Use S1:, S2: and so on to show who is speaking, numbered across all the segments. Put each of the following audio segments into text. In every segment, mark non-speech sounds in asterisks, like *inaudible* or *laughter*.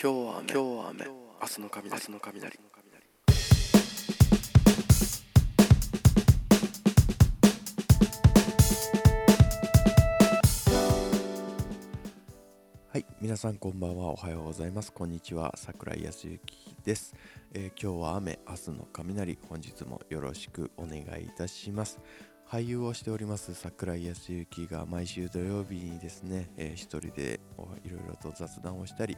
S1: 今日は雨今日は雨明日の雷明日の雷はい皆さんこんばんはおはようございますこんにちは桜井康之です、えー今日は雨明日の雷本日もよろしくお願いいたします俳優をしております桜井康之が毎週土曜日にですね、えー一人でおいろいろと雑談をしたり、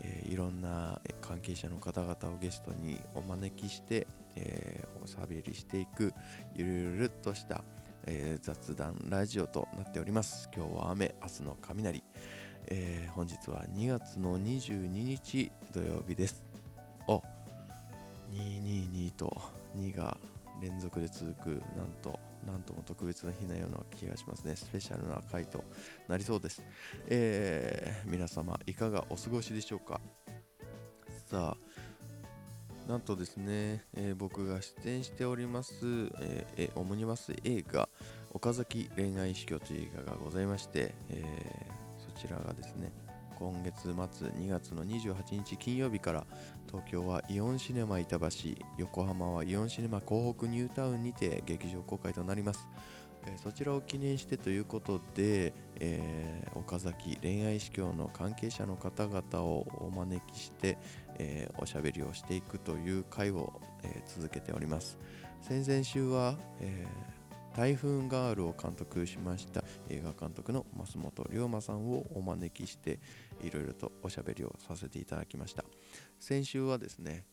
S1: えーいろんなえー関係者の方々をゲストにお招きして、えーおしゃべりしていくゆるゆるっとした、えー雑談ラジオとなっております今日は雨明日の雷、えー本日は2月の22日土曜日ですお222と2が連続で続くなんとなんとも特別な日なような気がしますねスペシャルな回となりそうです、えー皆様いかがお過ごしでしょうかさあなんとですね、えー僕が出演しております、えーえオムニバス映画岡崎恋愛死去という映画がございまして、えーそちらがですね今月末2月の28日金曜日から東京はイオンシネマ板橋横浜はイオンシネマ港北ニュータウンにて劇場公開となります、えーそちらを記念してということで、えー岡崎恋愛司教の関係者の方々をお招きして、えーおしゃべりをしていくという会を、えー続けております先々週は、えー台風ガールを監督しました映画監督の増本龍馬さんをお招きしていろいろとおしゃべりをさせていただきました先週はですね、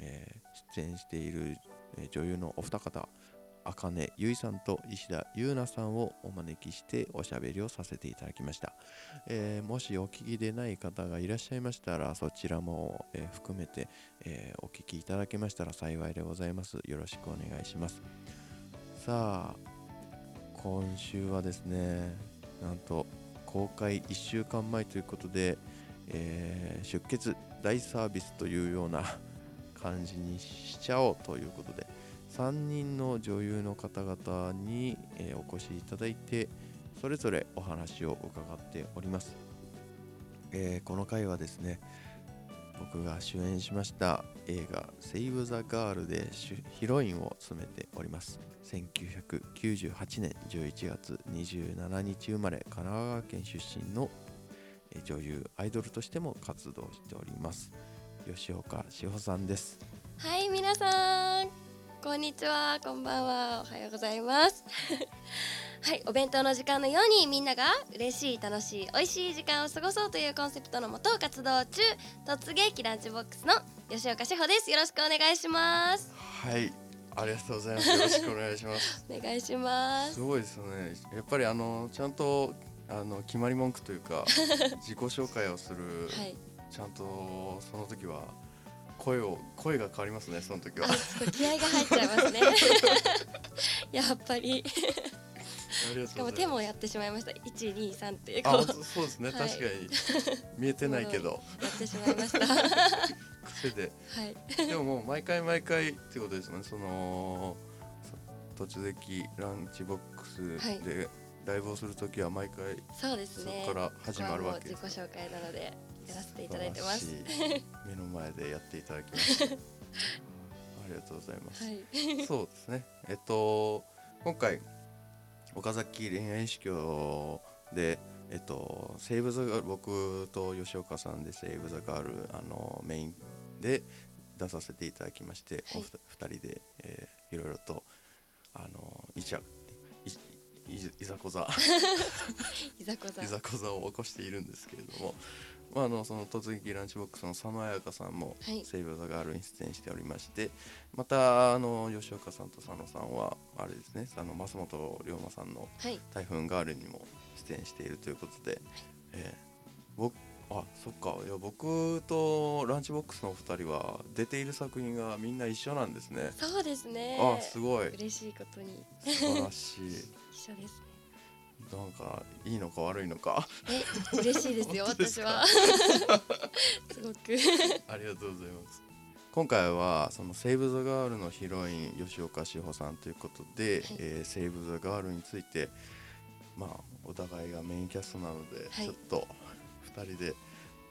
S1: えー出演しているえー女優のお二方茜結衣さんと石田優奈さんをお招きしておしゃべりをさせていただきました、えーもしお聞きでない方がいらっしゃいましたらそちらも、えー含めて、えーお聞きいただけましたら幸いでございますよろしくお願いしますさあ今週はですねなんと公開1週間前ということで、えー出血大サービスというような感じにしちゃおうということで3人の女優の方々に、えーお越しいただいてそれぞれお話を伺っております、えーこの回はですね僕が主演しました映画「Save the Girl」で主ヒロインを務めております1998年11月27日生まれ神奈川県出身のえー女優アイドルとしても活動しております吉岡志保さんです
S2: はい、皆さん、こんにちは、こんばんは、おはようございます。 *laughs* はい、お弁当の時間のようにみんなが嬉しい、楽しい、美味しい時間を過ごそうというコンセプトのもと活動中、突撃ランチボックスの吉岡志保です。よろしくお願いします。
S1: はいありがとうございますよろしくお願いします
S2: *laughs* お願いします。
S1: すごいですねやっぱりあのちゃんとあの決まり文句という
S2: *laughs*
S1: か自己紹介をする、
S2: はい、
S1: ちゃんとその時は声を声が変わりますねその時は
S2: あ、すごい気合が入っちゃいます *laughs* ね。やっぱり、
S1: ありが
S2: し
S1: と
S2: か
S1: うござい
S2: も手
S1: ます
S2: もやってしまいました。一二三ってこう
S1: あ
S2: や
S1: そうそうですね、
S2: はい
S1: 確かに見えてないけ
S2: *laughs*
S1: ど
S2: ってしまいました。は
S1: 癖で
S2: い、
S1: でももう毎回毎回ってことですねその突撃ランチボック
S2: はい
S1: スでライブをする時は毎回
S2: そうです
S1: そ
S2: ね。
S1: こから始まるわけ
S2: こ
S1: で
S2: こはもう
S1: す
S2: 自己紹介なのでやらせていただいてます
S1: 素晴らしい目の前でやっていただきま
S2: *laughs*
S1: したありがとうございます、
S2: はい *laughs*
S1: そうですね。えっと今回岡崎恋愛司教でえっとセーブザガール僕と吉岡さんでセーブザガールあのメインで出させていただきまして、
S2: は
S1: お
S2: い
S1: ふた二人で、えー、いろいろとあのいちゃいいいざこざ
S2: いざこざ
S1: いざこざを起こしているんですけれども、まあ、あのその突撃ランチボックスの佐野彩香さんも「
S2: はい
S1: セイブ・ザ・ガール」に出演しておりましてまたあの吉岡さんと佐野さんはあれですねあの増本龍馬さんの
S2: はい
S1: 「台風ガール」にも出演しているということで、えー僕あそっかいや僕とランチボックスのお二人は出ている作品がみんな一緒なんですね。
S2: そうですね
S1: あすごい
S2: 嬉しいことに
S1: 素晴らしい
S2: 一緒です
S1: なんかいいのか悪いのか
S2: ねえ嬉しいですよ
S1: *laughs* 本当です
S2: 私
S1: か
S2: は
S1: *laughs*
S2: すごく
S1: ありがとうございます。今回はそのセーブ・ザ・ガールのヒロイン吉岡志保さんということで、
S2: はい
S1: えーセーブ・ザ・ガールについてまあお互いがメインキャストなので、
S2: はい
S1: ちょっと2人で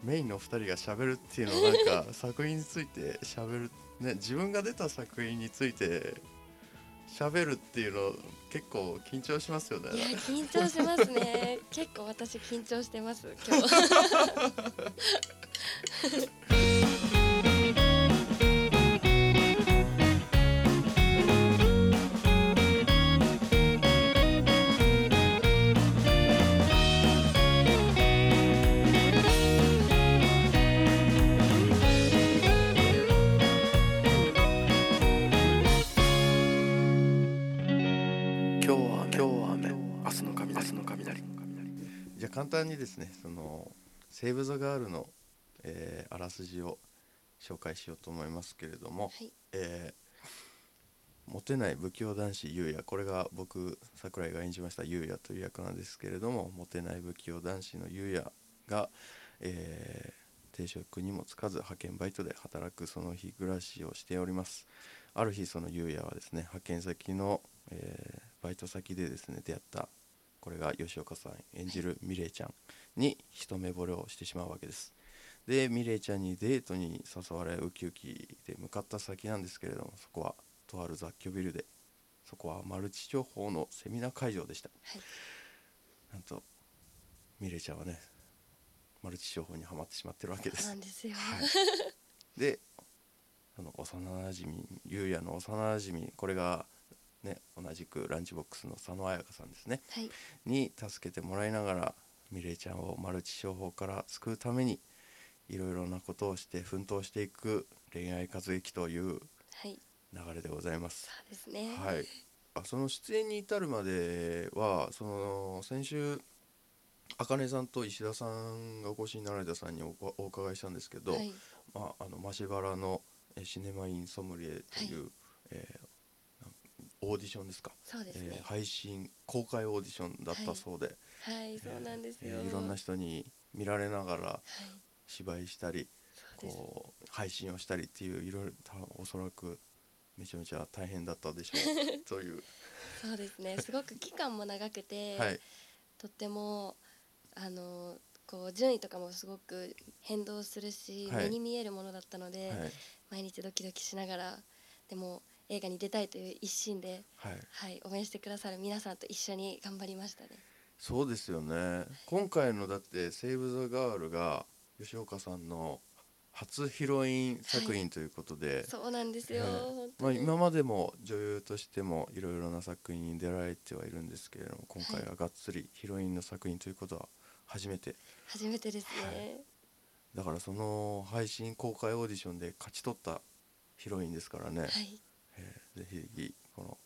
S1: メインのお二人がしゃべるっていうのはなんか作品についてしゃべる、ね、自分が出た作品についてしゃべるっていうの結構緊張しますよね
S2: いや緊張しますね結構私緊張してます今
S1: *laughs*
S2: 日
S1: 今日は今日は雨明日の雷明日の雷じゃあ簡単にですねその「セーブ・ザ・ガールの」えーあらすじを紹介しようと思いますけれども、
S2: はい
S1: えーモテない不器用男子ゆうやこれが僕桜井が演じましたゆうやという役なんですけれどもモテない不器用男子のゆうやが、えー定職にもつかず派遣バイトで働くその日暮らしをしておりますある日そのゆうやはですね派遣先の、えーバイト先でですね出会ったこれが吉岡さん演じるミレイちゃんに一目惚れをしてしまうわけですでミレイちゃんにデートに誘われウキウキで向かった先なんですけれどもそこはとある雑居ビルでそこはマルチ情報のセミナー会場でした、
S2: はい
S1: なんとミレイちゃんはねマルチ情報にはまってしまってるわけで
S2: な
S1: す
S2: んですよ、
S1: はい、であの幼なじみゆうやの幼なじみこれが、ね、同じくランチボックスの佐野彩香さんですね
S2: はい
S1: に助けてもらいながらミレイちゃんをマルチ商法から救うためにいろいろなことをして奮闘していく恋愛活劇という
S2: はい
S1: 流れでございます。
S2: そうですね
S1: はい、あその出演に至るまではその先週あかねさんと石田さんがお越しになられたさんにおこお伺いしたんですけど、
S2: はい
S1: まあ、あのマシバラのえーシネマインソムリエという、えーなオーディションですか
S2: そうです
S1: え
S2: ね
S1: ー、配信公開オーディションだったそうで、
S2: はいそうなんですよ、
S1: えーいろんな
S2: はい
S1: 人に見られながら
S2: そ
S1: 芝居したり
S2: うです
S1: こう配信をしたりっていういろいろ多分おそらくめちゃめちゃ大変だったでしょうという、
S2: そうですねすごく期間も長くて、
S1: はい
S2: とってもあのこう順位とかもすごく変動するし、
S1: はい
S2: 目に見えるものだったので、
S1: はい
S2: 毎日ドキドキしながらでも映画に出たいという一心で、
S1: はい、
S2: はい、応援してくださる皆さんと一緒に頑張りましたね。
S1: そうですよね今回のだって「セーブ・ザ・ガール」が吉岡さんの初ヒロイン作品ということで、
S2: そうなんですよ、
S1: はい
S2: 本
S1: ま
S2: 当
S1: あ、
S2: に
S1: 今までも女優としてもいろいろな作品に出られてはいるんですけれども今回はがっつりヒロインの作品ということは初めて
S2: 初めてですね。
S1: だからその配信公開オーディションで勝ち取ったヒロインですからね、
S2: はい、
S1: えーぜひこの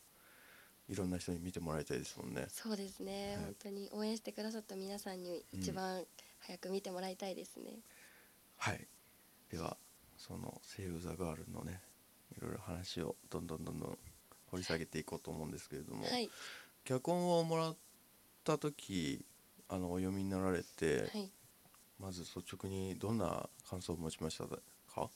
S1: いろんな人に見てもらいたいですもんね
S2: そうですね、
S1: はい
S2: 本当に応援してくださった皆さんに一番早く見てもらいたいですね。
S1: はいではその「セーブ・ザ・ガール」のねいろいろ話をどんどんどんどん掘り下げていこうと思うんですけれども、
S2: はい、
S1: 脚本をもらった時あのお読みになられて、
S2: はい、
S1: まず率直にどんな感想を持ちましたか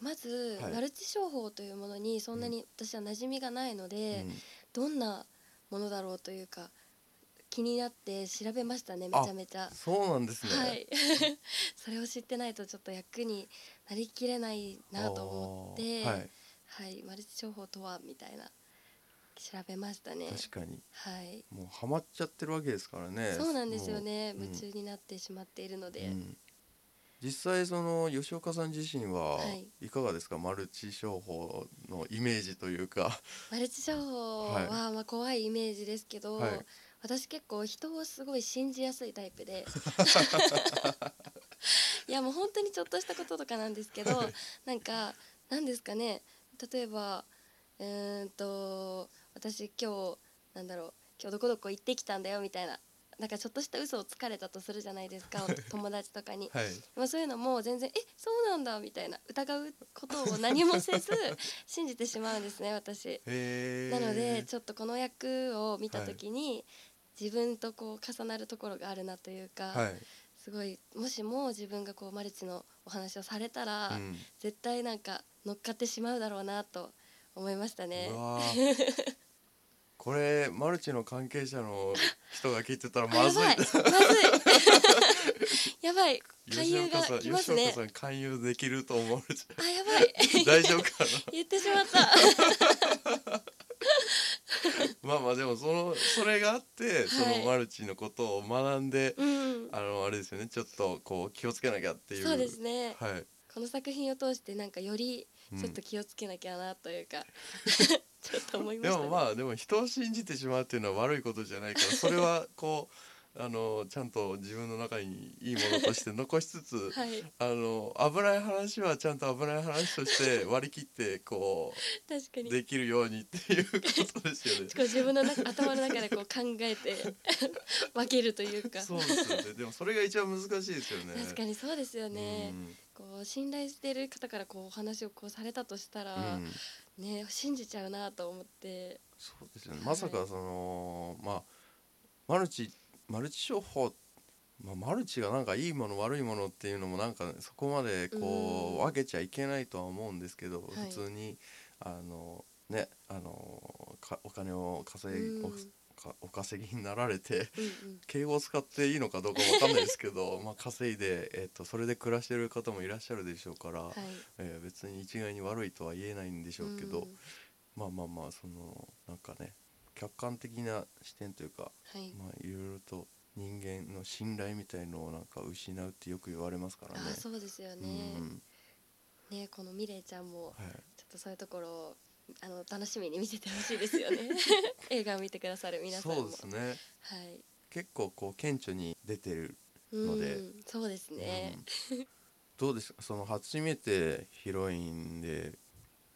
S2: まず、
S1: はい
S2: マルチ商法というものにそんなに私は馴染みがないので。
S1: うん
S2: どんなものだろうというか気になって調べましたねめちゃめちゃ。
S1: そうなんですね、
S2: はい *laughs* それを知ってないとちょっと役になりきれないなと思って、
S1: あー
S2: は
S1: はいい、
S2: マルチ商法とはみたいな調べましたね。
S1: 確かに
S2: はい、
S1: もうハマっちゃってるわけですからね
S2: そうなんですよね
S1: もう
S2: 夢中になってしまっているの
S1: う
S2: で、
S1: ん実際その吉岡さん自身は
S2: はい
S1: いかがですか、マルチ商法のイメージというか
S2: マルチ商法
S1: はい
S2: はまあ怖いイメージですけど、
S1: はい
S2: 私結構人をすごい信じやすいタイ
S1: *laughs*
S2: プでいやもう本当にちょっとしたこととかなんですけど、なんかなんですかね例えばうーんと私今日なんだろう今日どこどこ行ってきたんだよみたいななんかちょっとした嘘をつかれたとするじゃないですか友達とかに。
S1: はい
S2: まあ、そういうのも全然えそうなんだみたいな疑うことを何もせ
S1: *laughs*
S2: ず信じてしまうんですね私。
S1: *laughs* へー
S2: なのでちょっとこの役を見た時に、自分とこう重なるところがあるなというか、
S1: はい、
S2: すごいもしも自分がこうマルチのお話をされたら、
S1: うん
S2: 絶対なんか乗っかってしまうだろうなと思いましたね
S1: う。わーこれマルチの関係者の人が聞いてたら
S2: あ
S1: ま
S2: や
S1: ずい
S2: ばいまずいやばい勧誘が来ます
S1: *laughs* 吉岡
S2: ね
S1: さん勧誘できると
S2: *laughs*
S1: 思われちゃ
S2: あやばい
S1: う大丈夫か
S2: 言ってしまった
S1: な *laughs* まあまあでもそのそれがあってそ
S2: は
S1: の
S2: い
S1: マルチのことを学んで、
S2: うん
S1: あのあれですよねちょっとこう気をつけなきゃっていう
S2: そうですね
S1: はい
S2: この作品を通してなんかより
S1: うん
S2: ちょっと気をつけなきゃなというか、 *laughs* ちょっと思いま
S1: で
S2: した、ね、
S1: もまあでも人を信じてしまうっていうのは悪いことじゃないからそれはこうあのちゃんと自分の中にいいものとして残しつつ、
S2: はい
S1: あの危ない話はちゃんと危ない話として割り切ってこ
S2: 確か
S1: う
S2: に
S1: できるようにっていうことですよね。
S2: *laughs* こう自分の中頭の中でこう考えて *laughs* 分けるというか
S1: そうですよね。でもそれが一番難しいですよね。
S2: 確かにそうですよね、
S1: うん
S2: こう信頼してる方からこうお話をこうされたとしたら、
S1: うん
S2: ね信じちゃうなと思って
S1: そうですよね。まさかそのまあマルチマルチ商法まあ、マルチがなんかいいもの悪いものっていうのもなんかそこまでこう
S2: うん
S1: 分けちゃいけないとは思うんですけど、
S2: はい
S1: 普通にあのねあのかお金を稼い、
S2: うん
S1: おかお稼ぎになられて *laughs*
S2: うんうん
S1: 敬語を使っていいのかどうかわかんないですけ
S2: *laughs*
S1: どまあ稼いで、えっとそれで暮らしてる方もいらっしゃるでしょうから、
S2: はい
S1: えー別に一概に悪いとは言えないんでしょうけど、
S2: うん
S1: まあまあまあそのなんかね客観的な視点というか、
S2: はい
S1: まあ、いろいろと人間の信頼みたいのをなんか失うってよく言われますからね
S2: あ。そうですよね、
S1: うん
S2: ねこのミレイちゃんも
S1: はい
S2: ちょっとそういうところをあの楽しみに見せてほしいです
S1: *laughs*
S2: よね映画を見てくださる皆さんも
S1: そうですね
S2: はい
S1: 結構こう顕著に出てる、
S2: うん
S1: ので
S2: そうですね、
S1: うんどうですかその初めてヒロインで、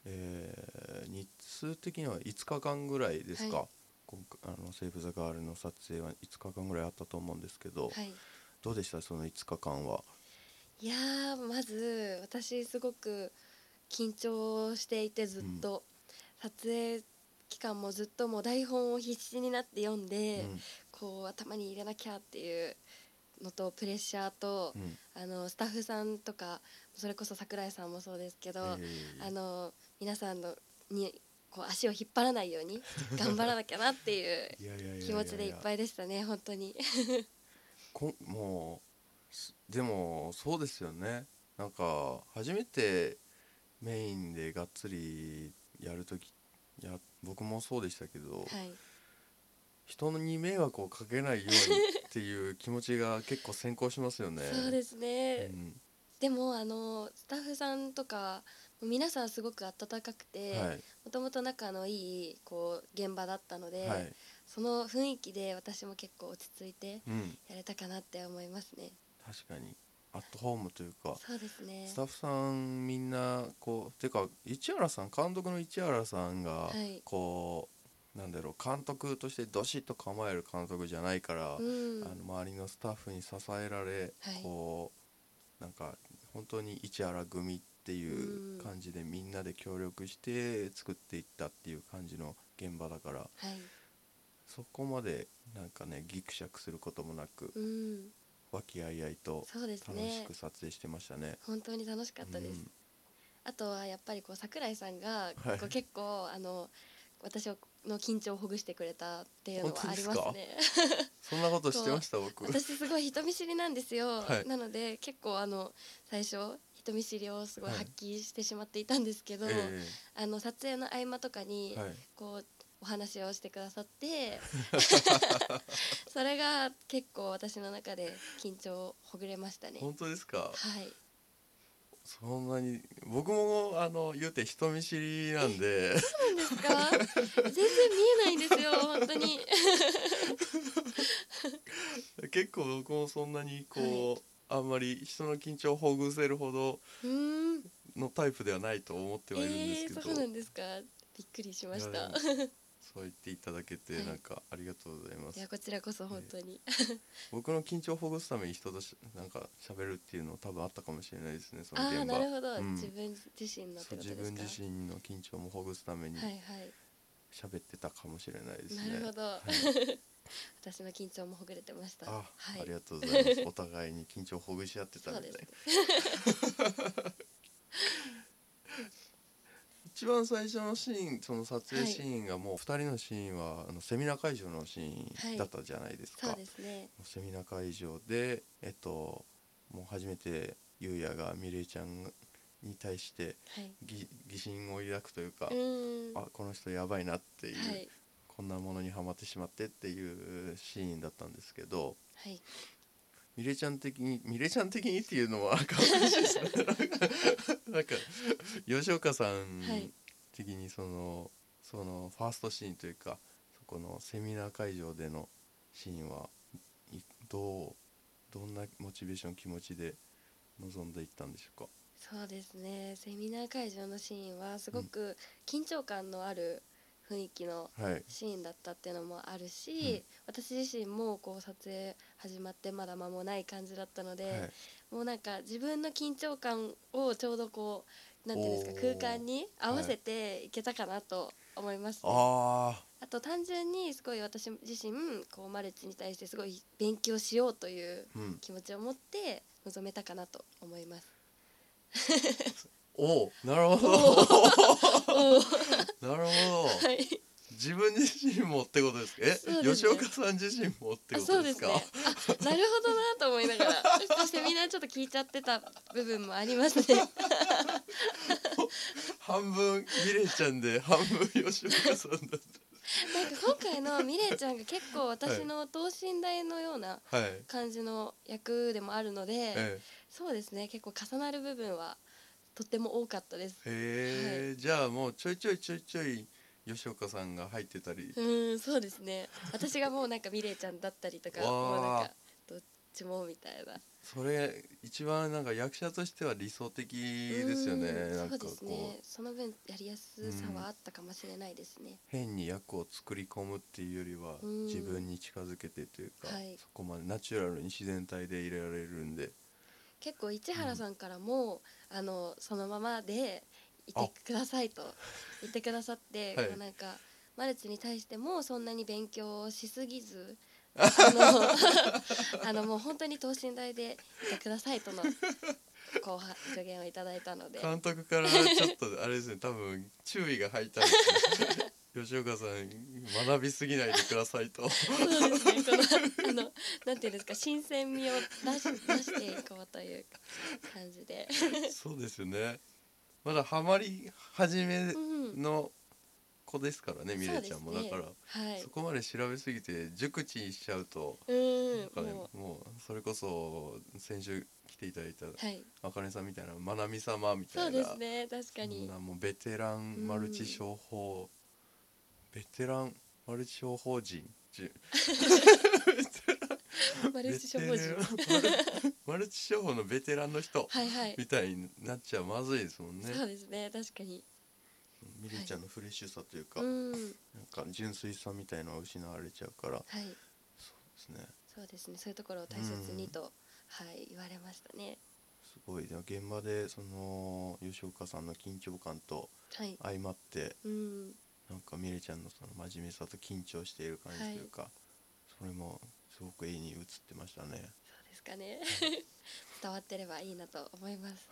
S1: えー日数的には5日間ぐらいですか、
S2: は
S1: 今回あのセーフ・ザ・ガールの撮影は5日間ぐらいあったと思うんですけど、
S2: はい
S1: どうでしたその5日間は。
S2: いやーまず私すごく緊張していてずっと、撮影期間もずっともう台本を必死になって読んで、
S1: うん
S2: こう頭に入れなきゃっていうのとプレッシャーと
S1: う、ん
S2: あのスタッフさんとかそれこそ桜井さんもそうですけど、
S1: えー
S2: あの皆さんのにこう足を引っ張らないように頑張らなきゃなっていう
S1: *laughs* いやいやいやいや
S2: 気持ちでいっぱ
S1: い
S2: いでしたね本当に。
S1: こんもうすでもそうですよねなんか初めてメインでがっつりやる時いや僕もそうでしたけど、
S2: はい
S1: 人に迷惑をかけないようにっていう気持ちが結構先行しますよね。
S2: そうですね、
S1: うん
S2: でもあのスタッフさんとか皆さんすごく温かくて
S1: はい
S2: もともと仲のいいこう現場だったので、
S1: はい
S2: その雰囲気で私も結構落ち着いて
S1: うん、
S2: やれたかなって思いますね。
S1: 確かにアットホームというか
S2: そうですね
S1: スタッフさんみんなこうてか市原さん監督の市原さんが
S2: はい
S1: こう、なんだろう監督としてどしっと構える監督じゃないから、
S2: うん
S1: あの周りのスタッフに支えられ、
S2: はい
S1: こうなんか本当に市原組っていう
S2: うん
S1: 感じでみんなで協力して作っていったっていう感じの現場だから
S2: はい
S1: そこまでなんかねギクシャクすることもなく
S2: うん、
S1: 和気あいあいと
S2: そうです
S1: 楽し
S2: ね
S1: く撮影してましたね。
S2: 本当に楽しかったです、
S1: うん
S2: あとはやっぱりこう桜井さんが
S1: はい
S2: こう結構あの私の緊張をほぐしてくれたっていうのはあり
S1: 本
S2: ます
S1: 当で
S2: ね。
S1: そんなことしてました僕。
S2: 私すごい人見知りなんですよ、
S1: はい
S2: なので結構あの最初人見知りをすごい
S1: はい
S2: 発揮してしまっていたんですけど、
S1: え
S2: あの撮影の合間とかに
S1: えはい。
S2: こうお話をしてくださって
S1: *laughs*
S2: それが結構私の中で緊張をほぐれましたね。は
S1: 本当ですか。
S2: い、
S1: そんなに僕もあの言うて人見知りなん
S2: *laughs*
S1: で
S2: そうなんですか全然見えないんですよ本当
S1: *laughs*
S2: に
S1: 結構僕もそんなにこう、あんまり人の緊張をほぐせるほど
S2: うーん
S1: のタイプではないと思ってはいるんで
S2: え
S1: すけど、
S2: ー、そうなんですかびっくりしまし
S1: いや
S2: た
S1: でもそう言っていただけて
S2: はい
S1: なんかありがとうございま
S2: い
S1: す、
S2: やこちらこそ本当に、
S1: 僕の緊張をほぐすために人としなんか喋るっていうの多分あったかもしれないですねその
S2: ああー
S1: 現場
S2: なるほど、
S1: うん
S2: 自分自身のっ
S1: そ
S2: て
S1: う
S2: ことで
S1: 自
S2: すか
S1: 分自身の緊張もほぐすために
S2: はいは
S1: 喋ってたかもしれないで
S2: い、
S1: すね、
S2: なるほど、
S1: はい
S2: *laughs* 私の緊張もほぐれてました
S1: あ、
S2: はい
S1: ありがとうございます。お互いに緊張をほぐし合ってたみたいな
S2: そうで。
S1: *laughs* 一一番最初のシーンその撮影
S2: はい
S1: シーンがもう2人のシーンはあのセミナー会場のシーンだったじゃないですか、
S2: そうですね
S1: セミナー会場でえっともう初めてゆうやがみれいちゃんに対して
S2: はい
S1: 疑疑心を抱くというか、
S2: うーんは
S1: あこの人やばいなっていう、
S2: い
S1: こんなものにはまってしまってっていうシーンだったんですけど
S2: はい
S1: みれちゃん的にみれちゃん的にっていうのはかわいいですねな
S2: *laughs*
S1: んかなんか吉岡さん
S2: はい
S1: 的にそのそのファーストシーンというかそこのセミナー会場でのシーンはいどうどんなモチベーション気持ちで臨んでいったんでしょうか
S2: そうですねセミナー会場のシーンはすごく緊張感のある雰囲気の
S1: はい
S2: シーンだったっていうのもあるし、私自身もこう撮影始まってまだ間もない感じだったので、
S1: はい
S2: もうなんか自分の緊張感をちょうどこうなんていうんですか
S1: おー
S2: 空間に合わせていけたかなと思いますね、
S1: あ
S2: あと単純にすごい私自身こうマルチに対してすごい勉強しようという
S1: ーうん
S2: 気持ちを持って臨めたかなと思
S1: *laughs*
S2: います。
S1: おーなるほどなるほど
S2: はい
S1: 自分自身もってことですかえ
S2: そうです
S1: 吉
S2: ね
S1: 岡さん自身もって
S2: あ
S1: こ
S2: そ
S1: と
S2: う
S1: で
S2: です
S1: *laughs*
S2: す
S1: か
S2: ね。あなるほどなと思いながら、そしてみんなちょっと聞いちゃってた部分もありますね。
S1: *laughs* 半分ミレイちゃんで半分吉岡さんだっ
S2: なんか今回のミレイちゃんが結構私の等身大のような
S1: たはい、
S2: 感じの役でもあるので、
S1: え
S2: そうですね。結構重なる部分はとっても多かったです。
S1: えへえじゃあもうちょいちょいちょいちょい吉岡さんが入ってたり
S2: うーん、そうですね。私がもうなんかミレイちゃんだったりとか、
S1: わー
S2: もうなんかどっちもみたいな。
S1: それ一番なんか役者としては理想的ですよね
S2: う
S1: な
S2: ー
S1: ん
S2: んそ
S1: か
S2: う
S1: こ
S2: です
S1: う
S2: ね。その分やりやすさはあったかもしれないですね。
S1: 変に役を作り込むっていうよりは
S2: うん
S1: 自分に近づけてというか、
S2: はい
S1: そこまでナチュラルに自然体で入れられるんで
S2: 結構市原さんからも、あのそのままでいてくださいと言ってくださって、
S1: はい
S2: こうなんかマルチに対してもそんなに勉強しす
S1: *laughs*
S2: ぎずあの *laughs* あのもう本当に等身大でいてくださいとのこうは助言をいただいたので
S1: 監督からちょっとあれ
S2: *laughs*
S1: ですね多分注意が入ったんですね *laughs* 吉岡さん学びすぎないでくださいと
S2: そうですねそのあのなんていうんですか新鮮味を出し出していこうという感じで。
S1: そうですよねまだハマり始め
S2: うん
S1: の子ですからね、ミレイちゃんも、
S2: そ
S1: だ
S2: うですね
S1: から、
S2: はい
S1: そ、こまで調べすぎて熟知しちゃうと、
S2: う
S1: なんかね
S2: ーんも
S1: もうそれこそ先週来ていただいた
S2: うはい
S1: あかねさんみたいなまなみ様みた
S2: そう
S1: い
S2: で
S1: な
S2: すね確か
S1: そん
S2: に
S1: なもうベテランマルチ商法、ベテランマルチ商法人じゅ
S2: マルチ処方人
S1: ベテランマルマルチ商法のベテランの人
S2: はいはい。
S1: みたいになっちゃまずいですもんね
S2: そうですね、確かに。
S1: ミリーちゃんのフレッシュさというか、
S2: うん、は
S1: なんか純粋さみたいのは失われちゃうから
S2: い、
S1: そうですね
S2: そうですね、そういうところを大切にと、はい、言われましたね。
S1: すごいでも現場でその吉岡さんの緊張感と
S2: はい、
S1: 相まって
S2: うん、
S1: なんかミレイちゃんのその真面目さと緊張している感じというか、それもすごく絵に映ってましたね
S2: そうですかね。 *laughs* 伝わってればいいなと思います。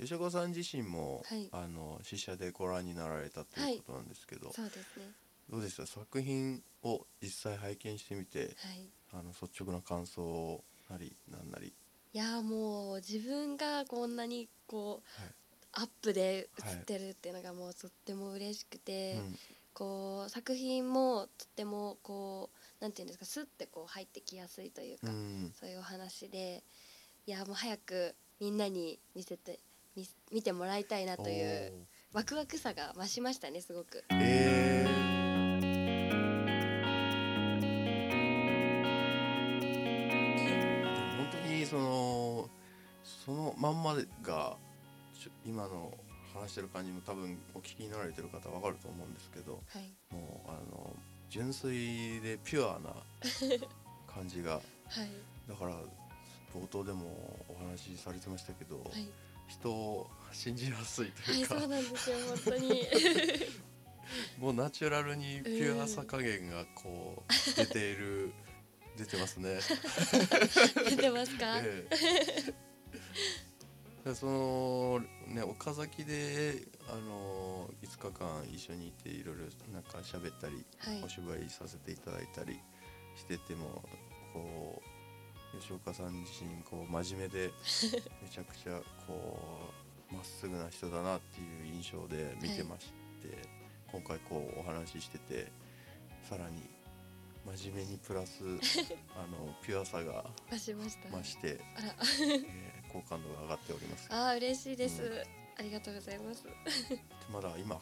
S1: 吉岡さん自身も、
S2: はい
S1: あの試写でご覧になられたということなんですけど、
S2: そうですね、
S1: どうでした作品を実際拝見してみて
S2: はい。
S1: あの率直な感想なりなんなり
S2: いやーもう自分がこんなにこう、
S1: はい
S2: アップで映ってるっていうのがもうとっても嬉しくて、
S1: うん
S2: こう作品もとってもこうなんていうんですかスッてこう入ってきやすいというか、
S1: うん
S2: そういうお話でいやもう早くみんなに見せて見せ見てもらいたいなとい
S1: お
S2: うワクワクさが増しましたねすごく
S1: ーえーでも本当にそのそのまんまがちょ今の話してる感じも多分お聞きになられてる方わかると思うんですけど
S2: はい
S1: もうあの純粋でピュアな感じが
S2: はい
S1: だから冒頭でもお話しされてましたけど、
S2: はい、
S1: 人を信じやすいと
S2: はいいう
S1: か、
S2: そうなんですよ本
S1: *laughs*
S2: 当に
S1: もうナチュラルにピュアさ加減がこう出ている出てますね。
S2: 出てますか、
S1: ええでそのね岡崎であの5日間一緒にいていろいろなんか喋ったり
S2: はい
S1: お芝居させていただいたりしててもこう吉岡さん自身こう真面目
S2: *laughs*
S1: でめちゃくちゃこうまっすぐな人だなっていう印象で見てまして、今回こうお話ししててさらに真面目にプラ
S2: *laughs*
S1: スあのピュアさが
S2: 増しました
S1: 増
S2: *laughs*
S1: して、
S2: あら
S1: えー好感度が上がっております。
S2: あー嬉しいです、
S1: うん
S2: ありがとうございます
S1: まだ今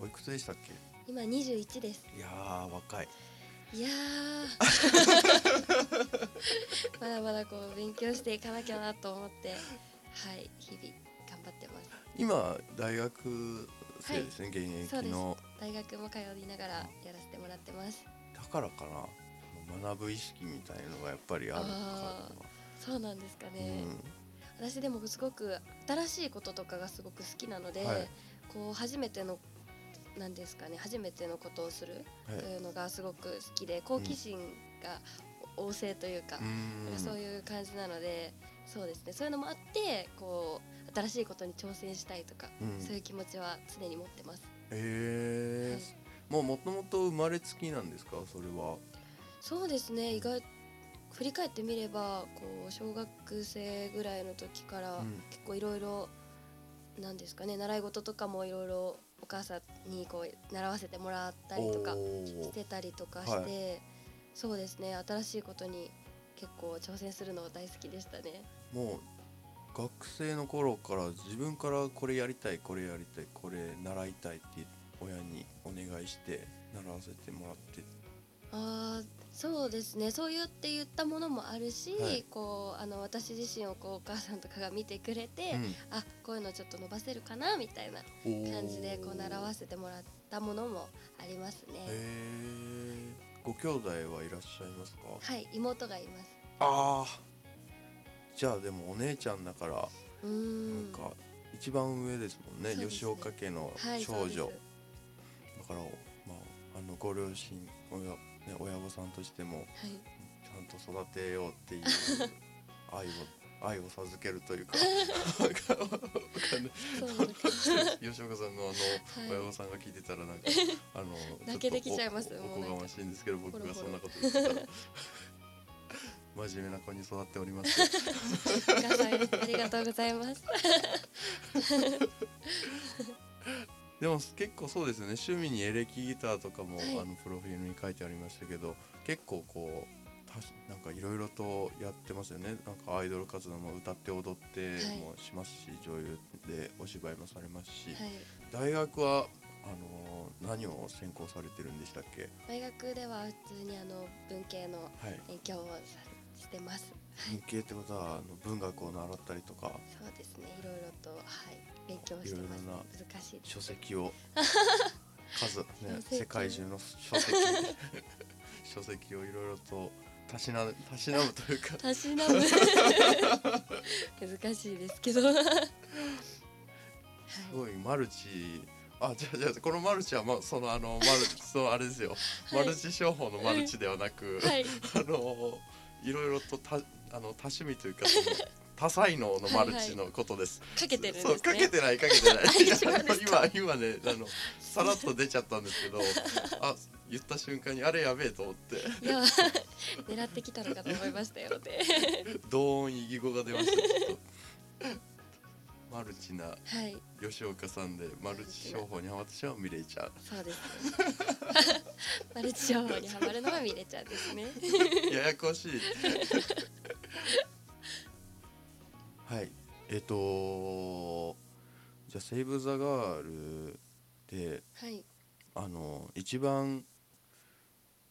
S1: おいくつでしたっけ
S2: 今21です
S1: いやー若い
S2: い
S1: *laughs*
S2: やーまだまだこう勉強していかなきゃなと思ってはい日々頑張ってます
S1: 今大学生ですね、現役の
S2: 大学も通いながらやらせてもらってます
S1: だからかな学ぶ意識みたいのがやっぱりあるから
S2: あそうなんですか
S1: う
S2: ね、
S1: ん
S2: 私でもすごく新しいこととかがすごく好きなので、
S1: はい
S2: こう初めてのなんですかね初めてのことをする
S1: はい
S2: というのがすごく好きで好奇心が旺盛というか、
S1: うん
S2: そういう感じなのでそうですねそういうのもあってこう新しいことに挑戦したいとか、
S1: うん
S2: そういう気持ちは常に持ってます
S1: えーもうもともと生まれつきなんですかそれは
S2: そうですね意外振り返ってみればこう小学生ぐらいの時から
S1: うん
S2: 結構いろいろなんですかね習い事とかもいろいろお母さんにこう習わせてもらったりとか
S1: おー
S2: してたりとか
S1: は
S2: し
S1: い
S2: て、そうですね新しいことに結構挑戦するの大好きでしたね。
S1: もう学生の頃から自分からこれやりたいこれやりたいこれ習いたいって親にお願いして習わせてもらって
S2: あーそうですねそう言って言ったものもあるし、
S1: はい
S2: こうあの私自身をこうお母さんとかが見てくれて、
S1: う
S2: あこういうのちょっと伸ばせるかなみたいなん感じでこう習
S1: おー
S2: わせてもらったものもありますね。
S1: へえ。ご兄弟はいらっしゃいますか。
S2: はい妹がいます。
S1: ああ。じゃあでもお姉ちゃんだから、
S2: うー
S1: なん
S2: ん。
S1: か一番上ですもんね。
S2: そうですね
S1: 吉岡家の
S2: はい
S1: 長女。
S2: そうで
S1: だからまああのご両親親ね親御さんとしても
S2: すはい。
S1: ちゃんと育てよう
S2: *laughs*
S1: っていう愛を愛を授けるというか。わかんない
S2: そうです
S1: 吉岡さんのあの、
S2: はい
S1: 親御さんが聞いてたらなん
S2: *laughs*
S1: かあの
S2: 泣けてきちゃいます
S1: ちょっと
S2: も
S1: お
S2: う
S1: お
S2: なんか
S1: こがましいんですけど僕
S2: ほろ
S1: が
S2: ほ
S1: そ
S2: ろ
S1: んなこと言って
S2: *laughs*
S1: たら真面目な子に育っております
S2: お母さんありがとうござ
S1: *laughs*
S2: います。
S1: でも結構そうですね趣味にエレキギターとかも、
S2: はい
S1: あのプロフィールに書いてありましたけど結構こうたしなんかいろいろとやってますよねなんかアイドル活動も歌って踊って
S2: はい
S1: もしますし、女優でお芝居もされますし、
S2: はい。
S1: 大学はあの何を専攻されてるんでしたっけ
S2: 大学では普通にあの文系の
S1: はい
S2: 勉強をさしてます。
S1: 文系ってことはあの文学を習ったりとか
S2: そうですね。いろいろとはい勉強してます。
S1: いろいろな
S2: 難しいです。
S1: 書籍を数、ね、
S2: 書籍
S1: 世界中の書
S2: *laughs*
S1: 籍書籍をいろいろとたしなたしなむというか
S2: たしなむ難しいですけどはい
S1: すごいマルチあじゃあじゃあこのマルチは、ま、そのあのマルそのあれですよ、
S2: は
S1: マ
S2: い
S1: ルチ商法のマルチではなく、
S2: はい
S1: あのいろいろとたあの多趣味というかその多才能のマルチのことです。
S2: かけてるんですね
S1: そうかけてないかけて
S2: *laughs*
S1: ない
S2: 違うんですか
S1: 今今ねあのさらっと出ちゃったんですけどあ言った瞬間にあれやべえと思って
S2: いや狙ってきたのかと思いましたよね
S1: 同音異義語が出ましたちょっとマルチな
S2: はい
S1: 吉岡さんでマルチ商法にハマってしまうミレイちゃん
S2: そうですねマルチ情報にハマるのはミレちゃんですね
S1: ややこしいはいえっ、とじゃあ「セイブ・ザ・ガール」で
S2: はい
S1: あの一番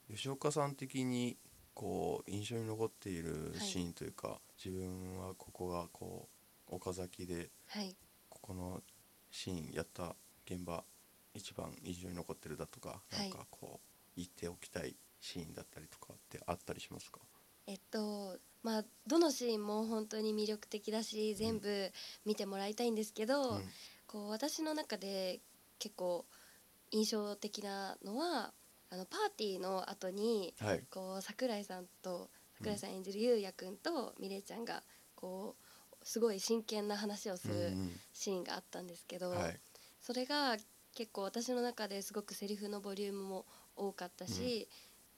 S1: 吉岡さん的にこう印象に残っている
S2: い
S1: シーンというか、自分はここがこう岡崎で
S2: はい
S1: ここのシーンやった現場一番印象に残ってるだとか、
S2: はい
S1: なんかこう言っておきたいシーンだったりとかってあったりしますか、
S2: えっとまあどのシーンも本当に魅力的だし全部見てもらいたいんですけど、
S1: うん
S2: こう私の中で結構印象的なのはあのパーティーの後に
S1: はい、
S2: こう桜井さんと桜井さん演じる優也くんと美玲ちゃんがこうすごい真剣な話をす
S1: うんう
S2: る
S1: ん
S2: シーンがあったんですけど、
S1: はい
S2: それが結構私の中ですごくセリフのボリュームも多かったし、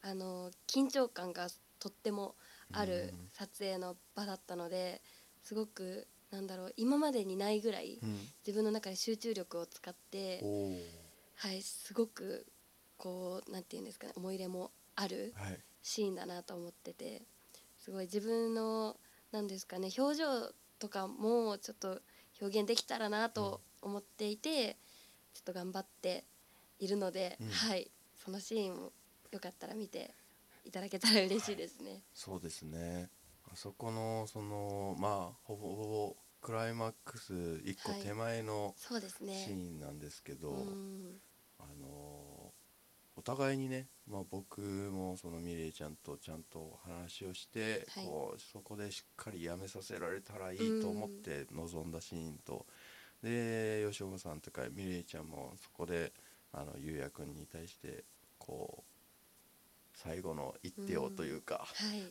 S2: あの緊張感がとってもある撮影の場だったのですごくなんだろう今までにないぐらい
S1: うん
S2: 自分の中で集中力を使って
S1: お、おー
S2: はい、すごくこうなんていうんですかね思い入れもある
S1: はい
S2: シーンだなと思っててすごい自分のなんですかね表情とかもちょっと表現できたらなと思っていて、ちょっと頑張っているので、
S1: うん
S2: はいそのシーンをよかったら見ていただけたら嬉しいですね。
S1: そうですねあそこのそのまあほぼほぼクライマックス一個
S2: はい
S1: 手前の
S2: そうです
S1: シ
S2: ね。
S1: ーンなんですけ
S2: う
S1: ど、
S2: ん
S1: あのお互いにね、まあ、僕もそのミレイちゃんとちゃんと話をして、
S2: はい
S1: こうそこでしっかりやめさせられたらいいと思って臨んだシーンと、で吉岡さんとかミレイちゃんもそこであのゆうやくんに対してこう最後の一手をというか、
S2: はい。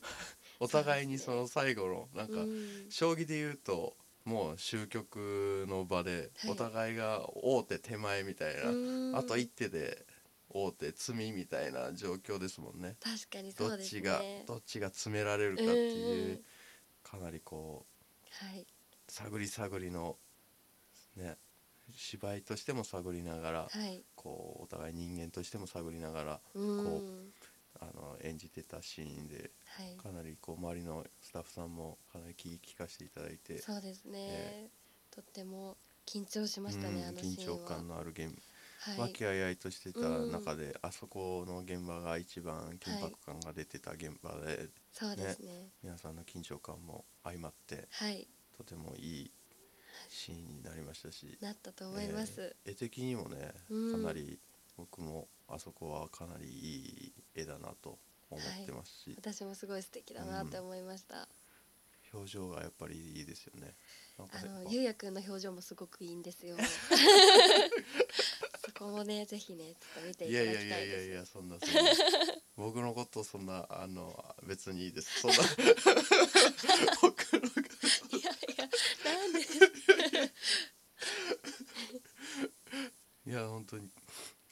S1: お互いに
S2: そ
S1: そうの
S2: で
S1: 最後のなんか、
S2: うん
S1: 将棋で言うともう終局の場で
S2: はい
S1: お互いが王手手前みたいな、
S2: うん
S1: あと一手で王手詰みみたいな状況ですもんね。
S2: 確かにそ
S1: ど
S2: う
S1: っ
S2: です
S1: ち
S2: ね。
S1: が、どっちが詰められるかっていううんかなりこ
S2: はい。
S1: う探り探りのね芝居としても探りながら
S2: はい。
S1: こうお互い人間としても探りながら
S2: うん。
S1: あの演じてたシーンで
S2: はい。
S1: かなりこう周りのスタッフさんもかなり気利かせていただいて
S2: そうですね、
S1: え
S2: とっても緊張しました
S1: うん
S2: ね、あのシ
S1: 緊
S2: ー
S1: 張
S2: ンは。
S1: 感のあるゲーム
S2: は
S1: 和
S2: い、
S1: 気あいあいとしてた中で、あそこの現場が一番緊迫感が出てた現場で、
S2: そうですね
S1: 皆さんの緊張感も相まって
S2: はい、
S1: とてもいいシーンになりましたし、
S2: なったと思います。
S1: えー絵的にもね
S2: う
S1: か
S2: ん
S1: なり僕もあそこはかなりいい絵だなと思ってますし、
S2: 私もすごい素敵だなって思いました。
S1: 表情がやっぱりいいですよね。なんか
S2: あ
S1: やっぱ
S2: のゆうやくんの表情もすごくいいんです
S1: *laughs*
S2: よ。そこもね、ぜひね、ちょっと見てい
S1: い
S2: た
S1: や
S2: だ
S1: いや
S2: き
S1: い
S2: た
S1: や
S2: い
S1: いやい
S2: です。
S1: やそんなそん
S2: *laughs*
S1: な僕のことそんなあの別にいい
S2: *laughs*
S1: ですそんな僕のこと
S2: いやいや、なんで、 *laughs*
S1: いや本当に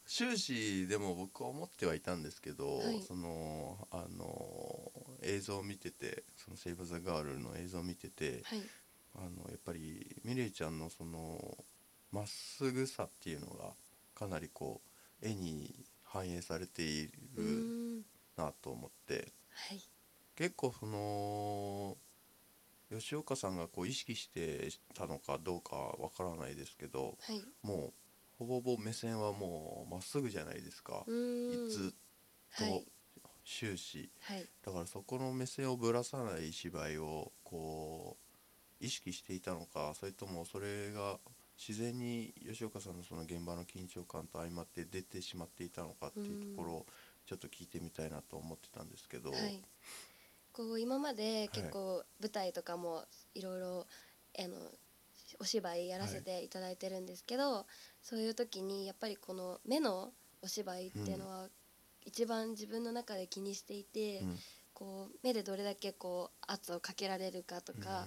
S1: 終始でも僕は思ってはいたんですけど、
S2: はい
S1: そのあの映像を見ててその「セイブ・ザ・ガール」の映像を見てて
S2: はい、
S1: あのやっぱりミレイちゃんのそのまっすぐさっていうのがかなりこう絵に反映されていうる
S2: ーん、
S1: なと思って
S2: はい、
S1: 結構その吉岡さんがこう意識してたのかどうかわからないですけど
S2: はい、う
S1: もうほぼほぼ目線はもうまっすぐじゃないですか、
S2: ーん、
S1: ず
S2: は
S1: っ
S2: い
S1: と、終始、
S2: はい、
S1: だからそこの目線をぶらさない芝居をこう意識していたのかそれともそれが自然に吉岡さんのその現場の緊張感と相まって出てしまっていたのかっていうところをちょっと聞いてみたいなと思ってたんですけど、
S2: はい、こう今まで結構舞台とかもいろいろあのお芝居やらせていただいてるんですけど、そういう時にやっぱりこの目のお芝居っていうのは一番自分の中で気にしていて、
S1: うん
S2: こう目でどれだけこう圧をかけられるかとか、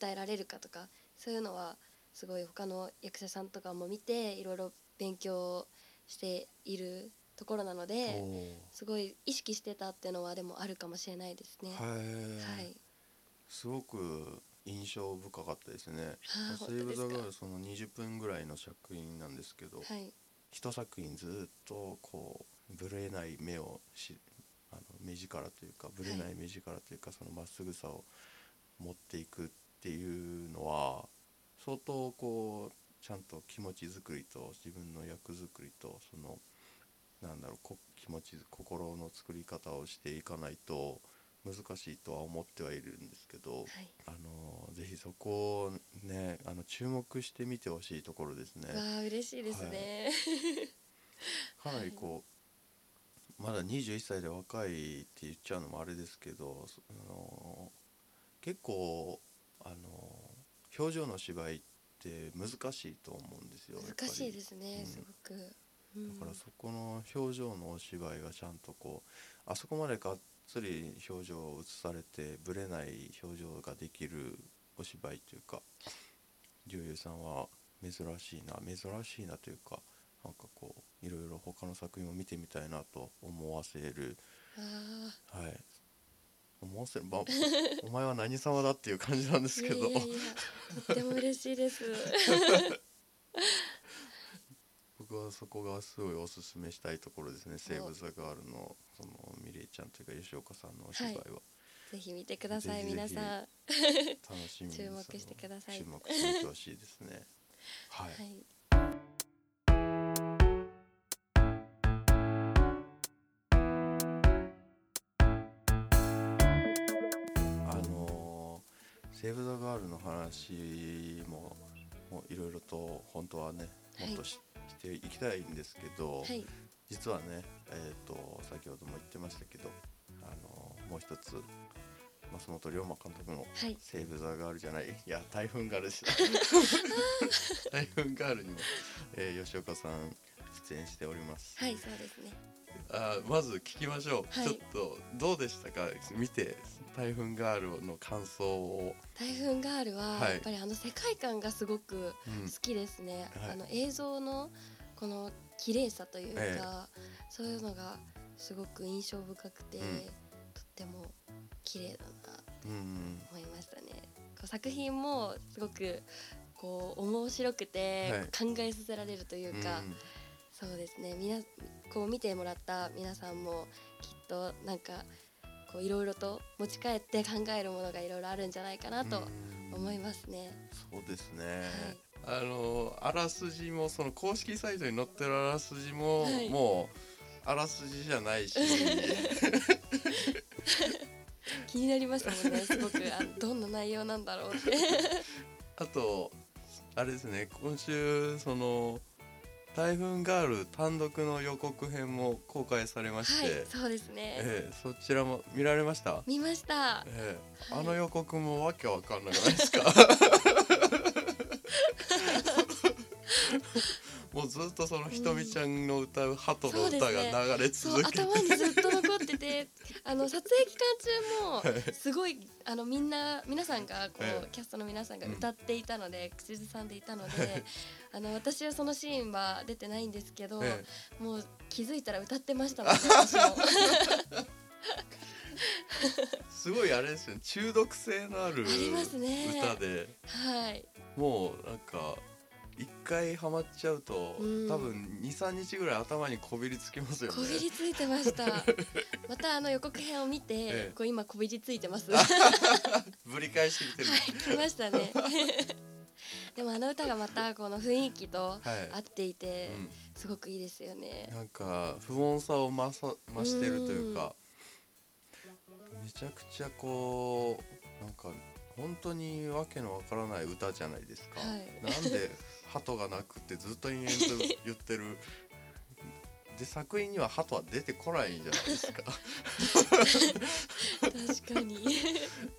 S2: 訴えられるかとかそういうのはすごい他の役者さんとかも見ていろいろ勉強しているところなので。
S1: うんおー
S2: すごい意識してたってのはでもあるかもしれないですね。は
S1: へー
S2: い、
S1: すごく印象深かったですね。
S2: あー
S1: セイブ・ザ・
S2: 本当
S1: ガ
S2: ですか
S1: ールその20分ぐらいの作品なんですけど、
S2: はい、
S1: 一作品ずっとこうぶれない目をしあの目力というかぶれない目力というか、そのまっすぐさを持っていくっていうのは相当こうちゃんと気持ち作りと自分の役作りとそのなんだろうこ気持ち心の作り方をしていかないと難しいとは思ってはいるんですけど、
S2: はい、
S1: あのぜひそこをねあの注目してみてほしいところですね。
S2: わあ、嬉しいですね。
S1: かなりこう、まだ21歳で若いって言っちゃうのもあれですけど、そあの結構、あの表情の芝居って難しいと思うんですよやっぱり
S2: 難しいですね、
S1: うん
S2: すごく。う
S1: だ
S2: ん
S1: からそこの表情のお芝居がちゃんとこうあそこまでがっつり表情を映されてぶれない表情ができるお芝居というか女優さんは珍しいな珍しいなというかなんかこういろいろ他の作品を見てみたいなと思わせる
S2: あ
S1: はい思わせ
S2: *laughs*
S1: る、まあ、お前は何様だっていう感じなんです
S2: ー
S1: けど
S2: いやいやいやとっても嬉しいです
S1: *laughs* 僕はそこがすごいおすすめしたいところですね「セーブ・ザ・ガールの」そのミレイちゃんというか吉岡さんのお芝居は
S2: ぜひ見てください
S1: ぜひぜ
S2: 皆
S1: ひ
S2: さんは
S1: 楽しみに
S2: 注目してください
S1: その注目してみてほしいです
S2: *laughs*
S1: ねはい、
S2: い
S1: あのーセーブ・ザ・ガール」の話ももういろいろと本当はね
S2: はい
S1: もっとし,、ていきたいんですけど、
S2: はい
S1: 実はね、えー、と先ほども言ってましたけど、あのーもう一つ松本龍馬監督の
S2: はい
S1: セーブ・ザ・ガールじゃないいや台風ガールでした
S2: *laughs*
S1: 台風ガールにも、えー吉岡さん出演しております、
S2: はいそうですね
S1: あーまず聞きましょう、
S2: はい
S1: ちょっとどうでしたか見て台風ガールの感想を、
S2: 台風ガールは
S1: はい
S2: やっぱりあの世界観がすごく
S1: うん
S2: 好きですね、
S1: はい
S2: あの映像のこの綺麗さというか、
S1: ええ
S2: そういうのがすごく印象深くて、
S1: うん
S2: とっても綺麗だなと
S1: うん
S2: 思いましたねこう作品もすごくこう面白くて、
S1: はい
S2: 考えさせられるというか、
S1: うん
S2: そうですねみなこう見てもらった皆さんもきっとなんかこういろいろと持ち帰って考えるものがいろいろあるんじゃないかなと
S1: うん
S2: 思いますね。
S1: そうですね、あのあらすじもその公式サイトに載ってるあらすじも、
S2: はい
S1: もうあらすじじゃない
S2: *laughs*
S1: し
S2: 気になりましたもんねすごくあどんな内容なんだろ *laughs* うって
S1: あとあれですね今週その「台風ガール」単独の予告編も公開されまし
S2: は
S1: て、
S2: いそうですね、
S1: ええそちらも見られました、
S2: 見ました
S1: ええ
S2: は
S1: あ
S2: い
S1: の予告もわけわかんなくないです
S2: *laughs*
S1: かもうずっとそのひとみちゃんの歌う鳩の歌が流れ
S2: そう
S1: 続けて、
S2: 頭にずっと残ってて *laughs* あの撮影期間中
S1: は
S2: もすごいあのみんな皆さんがこう、
S1: ええ
S2: キャストの皆さんが
S1: うん
S2: 歌っていたので、口ずさんでいたのであの私はそのシーンは出てないんですけど、
S1: ええ
S2: もう気づいたら歌ってましたもんね私も
S1: すごいあれですよね中毒性のある
S2: ありますね
S1: 歌で
S2: はい
S1: もうなんか一回ハマっちゃうと、
S2: うん
S1: 多分23日ぐらい頭にこびりつきますよね
S2: こびりついてました
S1: *laughs*
S2: またあの予告編を見て、
S1: ええ
S2: こう今こびりつい
S1: *laughs*
S2: てます
S1: ぶり返してきてる
S2: はい、来ましたね。 *laughs* でもあの歌がまたこの雰囲気と
S1: はい、
S2: 合っていて
S1: うん
S2: すごくいいですよね。
S1: なんか不穏さを増さ増してるというかめちゃくちゃこうなんか本当にわけのわからない歌じゃないですか、
S2: はい
S1: なんで「鳩が鳴く」ってずっと延々と言って
S2: *laughs*
S1: るで作品には鳩は出てこないじゃないですか
S2: 確
S1: *laughs*
S2: かに。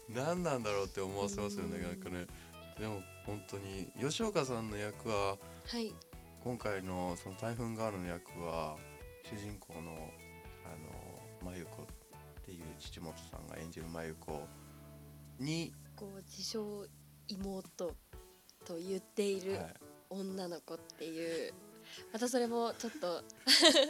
S1: 何なんだろうって思わせますよね
S2: うん
S1: なんかねでも本当に吉岡さんの役は
S2: はい。
S1: 今回のその台風ガールの役は主人公のあの真由子っていう父本さんが演じる真由子に、
S2: こう自称妹と言ってい
S1: はい
S2: る女の子っていう。またそれもちょっと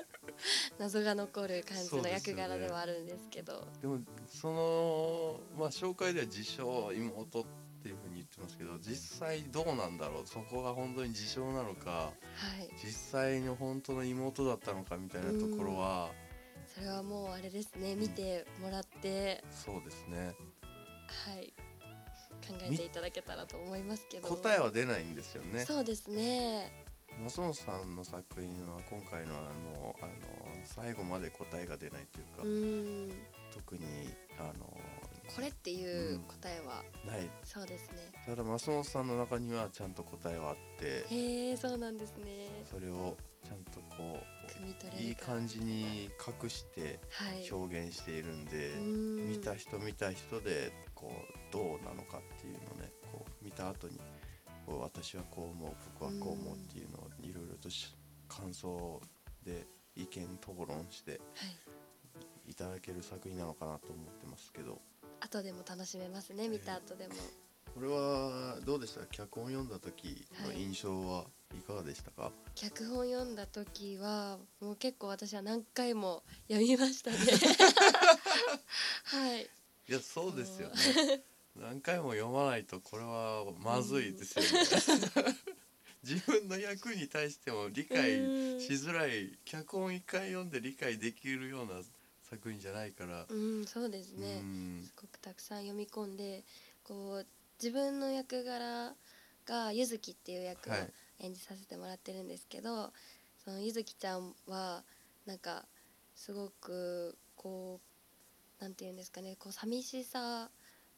S2: *laughs* 謎が残る感じ
S1: そう
S2: の
S1: です
S2: 役
S1: よね
S2: 柄ではあるんですけど
S1: でもその、まあ、紹介では自称妹っていうふうに言ってますけど実際どうなんだろうそこが本当に自称なのか
S2: はい
S1: 実際に本当の妹だったのかみたいなところは
S2: それはもうあれですね見てもらって
S1: そうですね
S2: はい考えていただけたらと思いますけど
S1: 答えは出ないんですよね。
S2: そうですね
S1: 松本さんの作品は今回のあのあの最後まで答えが出ないというか、
S2: うん
S1: 特にあの
S2: これっていう答えは、
S1: ない
S2: そうですね
S1: ただ松本さんの中にはちゃんと答えはあって
S2: へえそうなんですね
S1: それをちゃんとこ
S2: 汲み取
S1: う
S2: れ
S1: いい
S2: るか
S1: 感じに隠して
S2: はい
S1: 表現しているんで、
S2: うん
S1: 見た人見た人でこうどうなのかっていうのをねこう見た後にこう私はこう思う僕はこう思うっていうのをいろいろとし感想で意見討論して
S2: はい
S1: いただける作品なのかなと思ってますけど
S2: 後でも楽しめますね見た後でも
S1: これはどうでした脚本読んだ時の
S2: はい
S1: 印象はいかがでしたか、
S2: 脚本読んだ時はもう結構私は何回も読みま
S1: *laughs*
S2: したねはい
S1: いやそうですよね *laughs* 何回も読まないとこれはまずいですよね
S2: *laughs*
S1: 自分の役に対しても理解
S2: うん
S1: しづらい脚本一回読んで理解できるような作品じゃないから
S2: うんそうですね、
S1: うん
S2: すごくたくさん読み込んでこう自分の役柄が柚月っていう役を
S1: はい
S2: 演じさせてもらってるんですけど、その柚月ちゃんはなんかすごくこうなんて言うんですかねこう寂しさ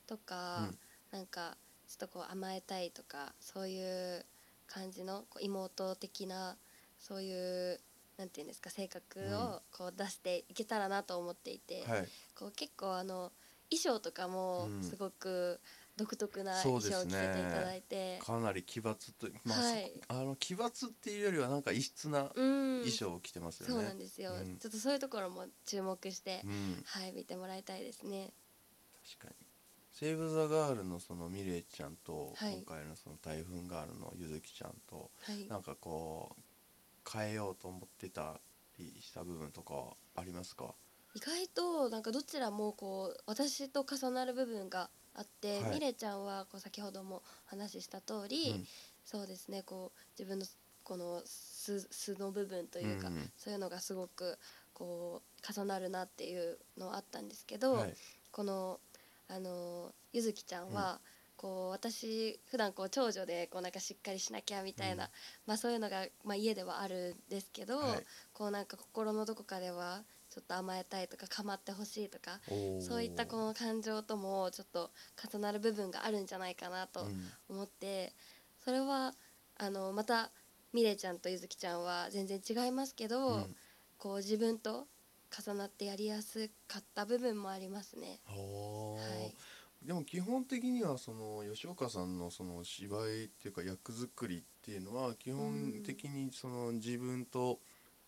S2: とか、なんかちょっとこう甘えたいとかそういう感じのこう妹的なそういうなんて言うんですか性格
S1: うん
S2: をこう出していけたらなと思っていて。
S1: はい
S2: こう結構あの衣装とかも
S1: うん
S2: すごく独特な
S1: そうで
S2: 衣
S1: す
S2: 装を着
S1: ね
S2: せていただいて、
S1: かなり奇抜とまあ、
S2: はい
S1: そあの奇抜っていうよりはなんか異質な
S2: うん
S1: 衣装を着てますよね。
S2: そうなんですよ、
S1: うん
S2: ちょっとそういうところも注目して、
S1: うん
S2: はい見てもらいたいですね
S1: 確かに「セーブ・ザ・ガール」のそのミレイちゃんと、
S2: はい
S1: 今回のその「台風ガール」のゆずきちゃんと
S2: はい
S1: なんかこう変えようと思ってたりした部分とかありますか
S2: 意外となんかどちらもこう私と重なる部分があって、
S1: はい
S2: ミレちゃんはこう先ほどもお話しした通り、そうですねこう自分のこの素素の部分と
S1: と
S2: いうか、
S1: ん
S2: そういうのがすごくこう重なるなっていうのはあったんですけど、
S1: はい
S2: このあのゆずきちゃんは、こう私普段こう長女でこうなんかしっかりしなきゃみたいな、
S1: うん
S2: まあ、そういうのが、まあ、家ではあるんですけど、
S1: はい
S2: こうなんか心のどこかではちょっと甘えたいとか構ってほしいとか
S1: おー
S2: そういったこの感情ともちょっと重なる部分があるんじゃないかなと
S1: うん
S2: 思って、それはあのまたみれちゃんとゆずきちゃんは全然違いますけど、
S1: うん
S2: こう自分と重なってやりやすかった部分もありますね。
S1: おー
S2: はい
S1: でも基本的にはその吉岡さんのその芝居っていうか役作りっていうのは基本的にその自分と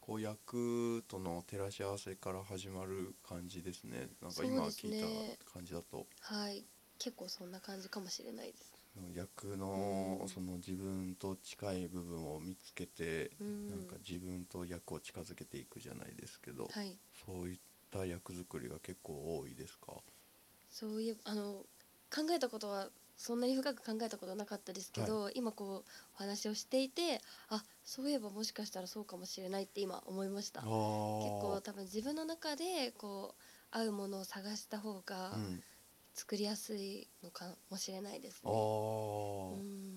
S1: こう役との照らし合わせから始まる感じですねなんか今
S2: そうです
S1: 聞
S2: ね
S1: いた感じだと、
S2: はい、結構そんな感じかもしれないです。
S1: 役の
S2: うん
S1: その自分と近い部分を見つけて
S2: うん
S1: なんか自分と役を近づけていくじゃないですけど、
S2: はい、
S1: そういった役作りが結構多いですか
S2: そういうあの考えたことはそんなに深く考えたことなかったですけど、今こうお話をしていて、あ、そういえばもしかしたらそうかもしれないって今思いました。
S1: あ
S2: 結構多分自分の中でこう合うものを探した方が
S1: うん、
S2: 作りやすいのかもしれないです
S1: あ
S2: ね。
S1: ー、
S2: うん、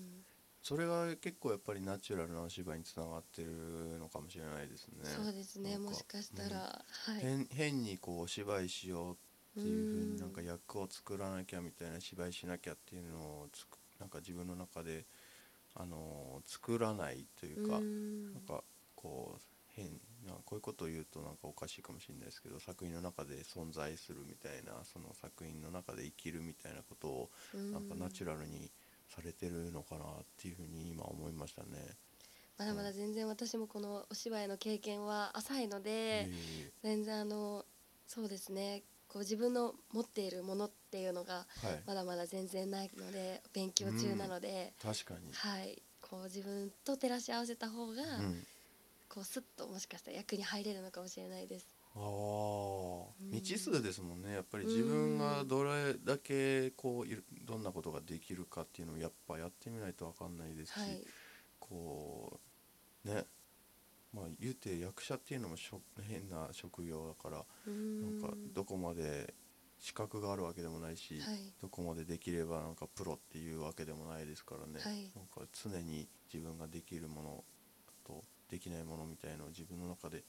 S1: それが結構やっぱりナチュラルなお芝居につながってるのかもしれないですね。
S2: そうです
S1: な
S2: ね。
S1: んか
S2: もしかしたら、はい。
S1: 変変にこうお芝居しようっていう風になんか
S2: うん
S1: 役を作らなきゃみたいな芝居しなきゃっていうのをつくなんか自分の中であのー作らないというか、
S2: うん
S1: なんかこう変なこういうことを言うとなんかおかしいかもしれないですけど作品の中で存在するみたいなその作品の中で生きるみたいなことをなんかナチュラルにされてるのかなっていうふうに今思いましたね。
S2: まだまだ全然私もこのお芝居の経験は浅いので、
S1: え
S2: 全然あのそうですねこう自分の持っているものっていうのが
S1: ーはい、
S2: まだまだ全然ないので勉強中なので、
S1: 確かに、
S2: はいこう自分と照らし合わせた方が、
S1: うん、
S2: こうスッともしかしたら役に入れるのかもしれないです。
S1: あー
S2: うん
S1: 未知数ですもんねやっぱり自分がどれだけこういるどんなことができるかっていうのをやっぱやってみないと分かんないですし、
S2: はい、
S1: こうねまあ言うて役者っていうのもしょ変な職業だからなんかどこまで資格があるわけでもないし、
S2: はい
S1: どこまでできればなんかプロっていうわけでもないですからね、
S2: はい
S1: なんか常に自分ができるものとできないものみたいのを自分の中で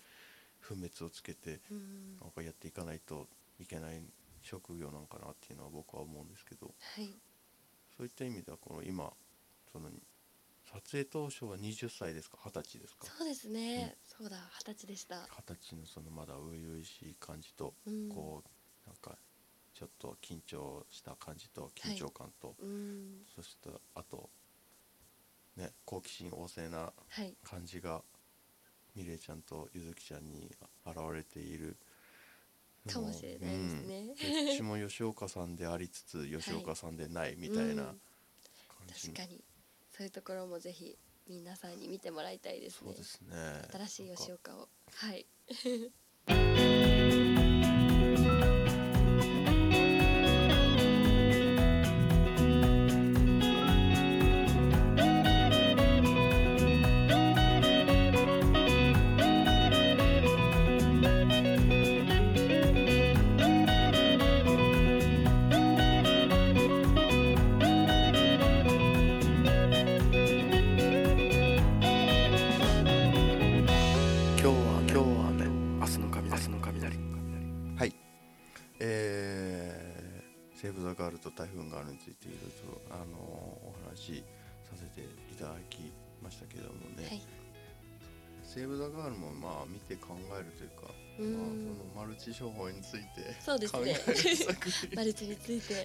S1: 分別をつけて
S2: うん
S1: なんかやっていかないといけない職業なんかなっていうのは僕は思うんですけど
S2: はい
S1: そういった意味ではこの今その撮影当初は20歳ですか20歳ですか
S2: そうですね、そうだ二十歳でした。
S1: 20歳のそのまだ初々しい感じと
S2: うん
S1: こうなんかちょっと緊張した感じと緊張感と、
S2: うん
S1: そしてあとね好奇心旺盛な
S2: はい
S1: 感じがみれいちゃんとゆずきちゃんに現れている
S2: かもしれないですね
S1: うんどっちも吉岡さんでありつつ吉岡さんでないみたいな、
S2: うん
S1: 楽し
S2: 確
S1: み
S2: かにそういうところもぜひ皆さんに見てもらいたいです
S1: そう
S2: ね
S1: ですね
S2: 新しい吉
S1: なんか
S2: 岡をはい
S3: 今日は今日は雨明日の雷明日の雷
S1: えーセーブ・ザ・ガールと台風ガールについていろいろと、あのーお話しさせていただきましたけどもね、
S2: はい
S1: セーブ・ザ・ガールもまあ見て考えるというか、
S2: うー
S1: まあ、
S2: ん
S1: そのマルチ商法について
S2: そうです
S1: 考え
S2: ね
S1: る作品
S2: *laughs* マルチについては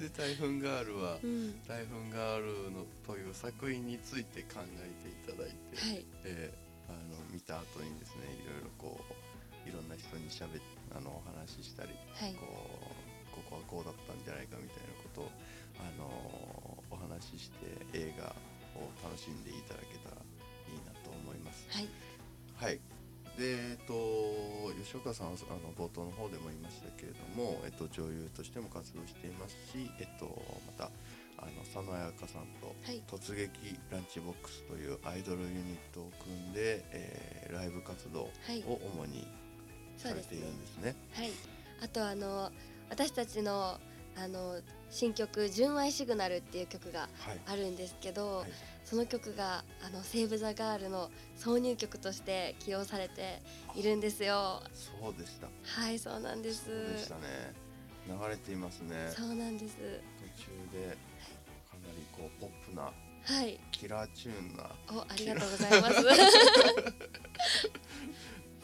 S2: い、
S1: で台風ガールは
S2: うん、
S1: 台風ガールのという作品について考えていただいて、
S2: はい
S1: えーあの見た後にですねいろいろこういろんな人にしゃべあのお話ししたり
S2: はい
S1: こうここはこうだったんじゃないかみたいなことを、あのーお話しして映画を楽しんでいただけたらいいなと思います。
S2: はい
S1: はいでえっと、吉岡さんはあの冒頭の方でも言いましたけれども、えっと、女優としても活動していますし、えっと、またあの佐野彩香さんと
S2: はい
S1: 突撃ランチボックスというアイドルユニットを組んで、えーライブ活動を
S2: はい
S1: 主に
S2: そ
S1: さ
S2: う
S1: れ
S2: です
S1: てい
S2: ね
S1: るんですね。
S2: はいあとあの私たちのあの新曲「純愛シグナル」っていう曲が
S1: はい
S2: あるんですけど、
S1: はい
S2: その曲があのセーブザガールの挿入曲として起用されているんですよ。
S1: そうでした。
S2: はい、そうなんです。
S1: そうでしたね。流れていますね。
S2: そうなんです。
S1: 途中でかなりこうポップな
S2: はい、
S1: キラーチューンな。
S2: お、ありがとうございます。 *laughs*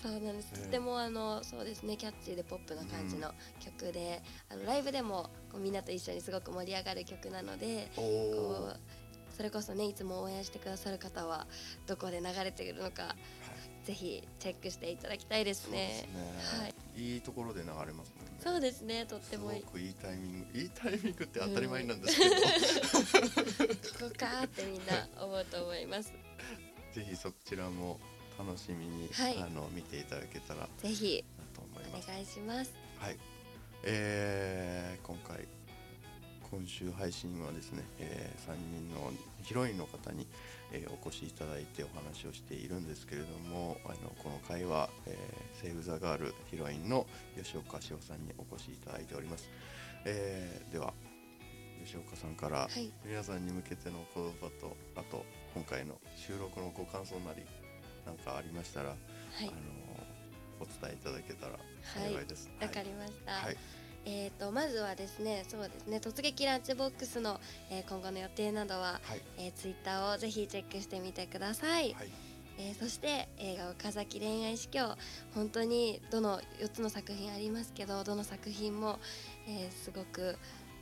S2: そうなんです。
S1: ね
S2: とてもあのそうですね、キャッチーでポップな感じの曲で、あのライブでもこうみんなと一緒にすごく盛り上がる曲なので、
S1: お
S2: こ
S1: お。
S2: うそれこそねいつも応援してくださる方はどこで流れているのかぜひチェックしていただきたいです
S1: そうですね。。
S2: ねはい
S1: いいところで流れますもんね。
S2: そうですね、とってもいい
S1: す
S2: こ
S1: ごくいいタイミング、い *laughs* いタイミングって当たり前なんですけど、
S2: こかーってみんな思うと思います。
S1: *laughs* ぜひそちらも楽しみに、
S2: はい
S1: あの見ていただけたらな
S2: ぜひ
S1: と思い
S2: お
S1: ます。
S2: 願いします。
S1: はい。えー、今回今週配信はですね、え3人のヒロインの方に、えーお越しいただいてお話をしているんですけれどもあのこの回は、えー、セーブ・ザ・ガールヒロインの吉岡志保さんにお越しいただいております、えーでは吉岡さんから
S2: はい、
S1: 皆さんに向けての言葉とあと今回の収録のご感想なりなんかありましたら、
S2: はい
S1: あの、お伝えいただけたら幸いです、
S2: わかりました。
S1: はい
S2: えっ、とまずはですね、そうですね、突撃ランチボックスの、えー今後の予定などは、
S1: はい
S2: えー、ツイッターをぜひチェックしてみてください。
S1: はい
S2: えーそして映画「岡崎恋愛司教」本当にどの4つの作品ありますけどどの作品も、えーすごく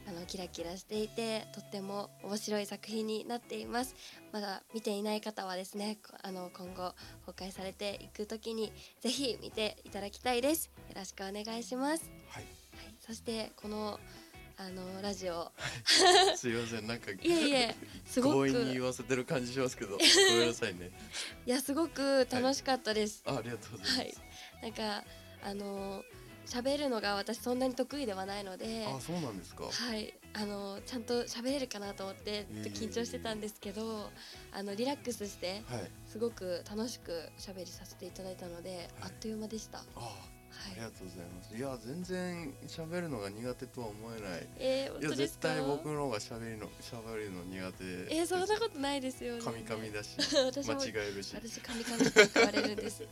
S2: あのキラキラしていてとっても面白い作品になっていますまだ見ていない方はですねこあの今後公開されていく時にぜひ見ていただきたいですよろしくお願いします、 *laughs*
S1: はい
S2: はい、そしてこのあのラジオ
S1: すいませんなんか
S2: いえいえすご
S1: 強引
S2: く
S1: に言
S2: い
S1: わせてる感じしますけ
S2: *laughs*
S1: どごめんなさいね
S2: やすごく楽しかったです、
S1: あありがとうございます、
S2: はい、なんかあのー喋るのが私そんなに得意ではないので、
S1: あそうなんですか
S2: はい、あのーちゃんと喋れるかなと思ってちょっと緊張してたんですけど、あのリラックスして
S1: はい
S2: すごく楽しく喋りさせていただいたので、あっという間でした。は
S1: ああり
S2: い
S1: が。とうございますいや全然喋るのが苦手とは思えない
S2: えー、
S1: い
S2: 本
S1: や
S2: 当で
S1: 絶
S2: すか
S1: 対。僕の方が喋りの喋るの苦手
S2: えー、そんなことないですよね。
S1: カミカミだし
S2: 私
S1: 間
S2: も
S1: 違えるし
S2: 私カミカミって言われるんです。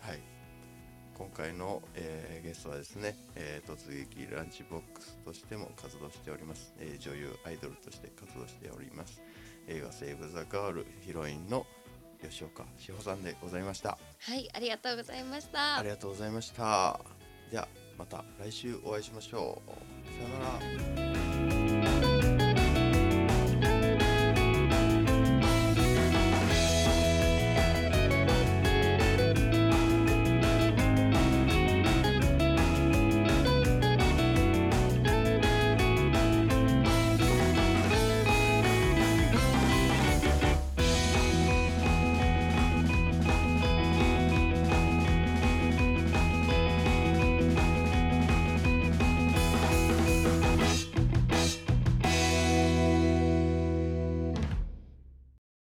S1: はい。今回の、えーゲストはですね、えー突撃ランチボックスとしても活動しております、えー女優アイドルとして活動しております映画「セーブ・ザ・ガール」ヒロインの吉岡志保さんでございました
S2: はい、ありがとうございまし
S1: あ
S2: た
S1: り。がとうございましたではまた来週お会いしましょうさよなら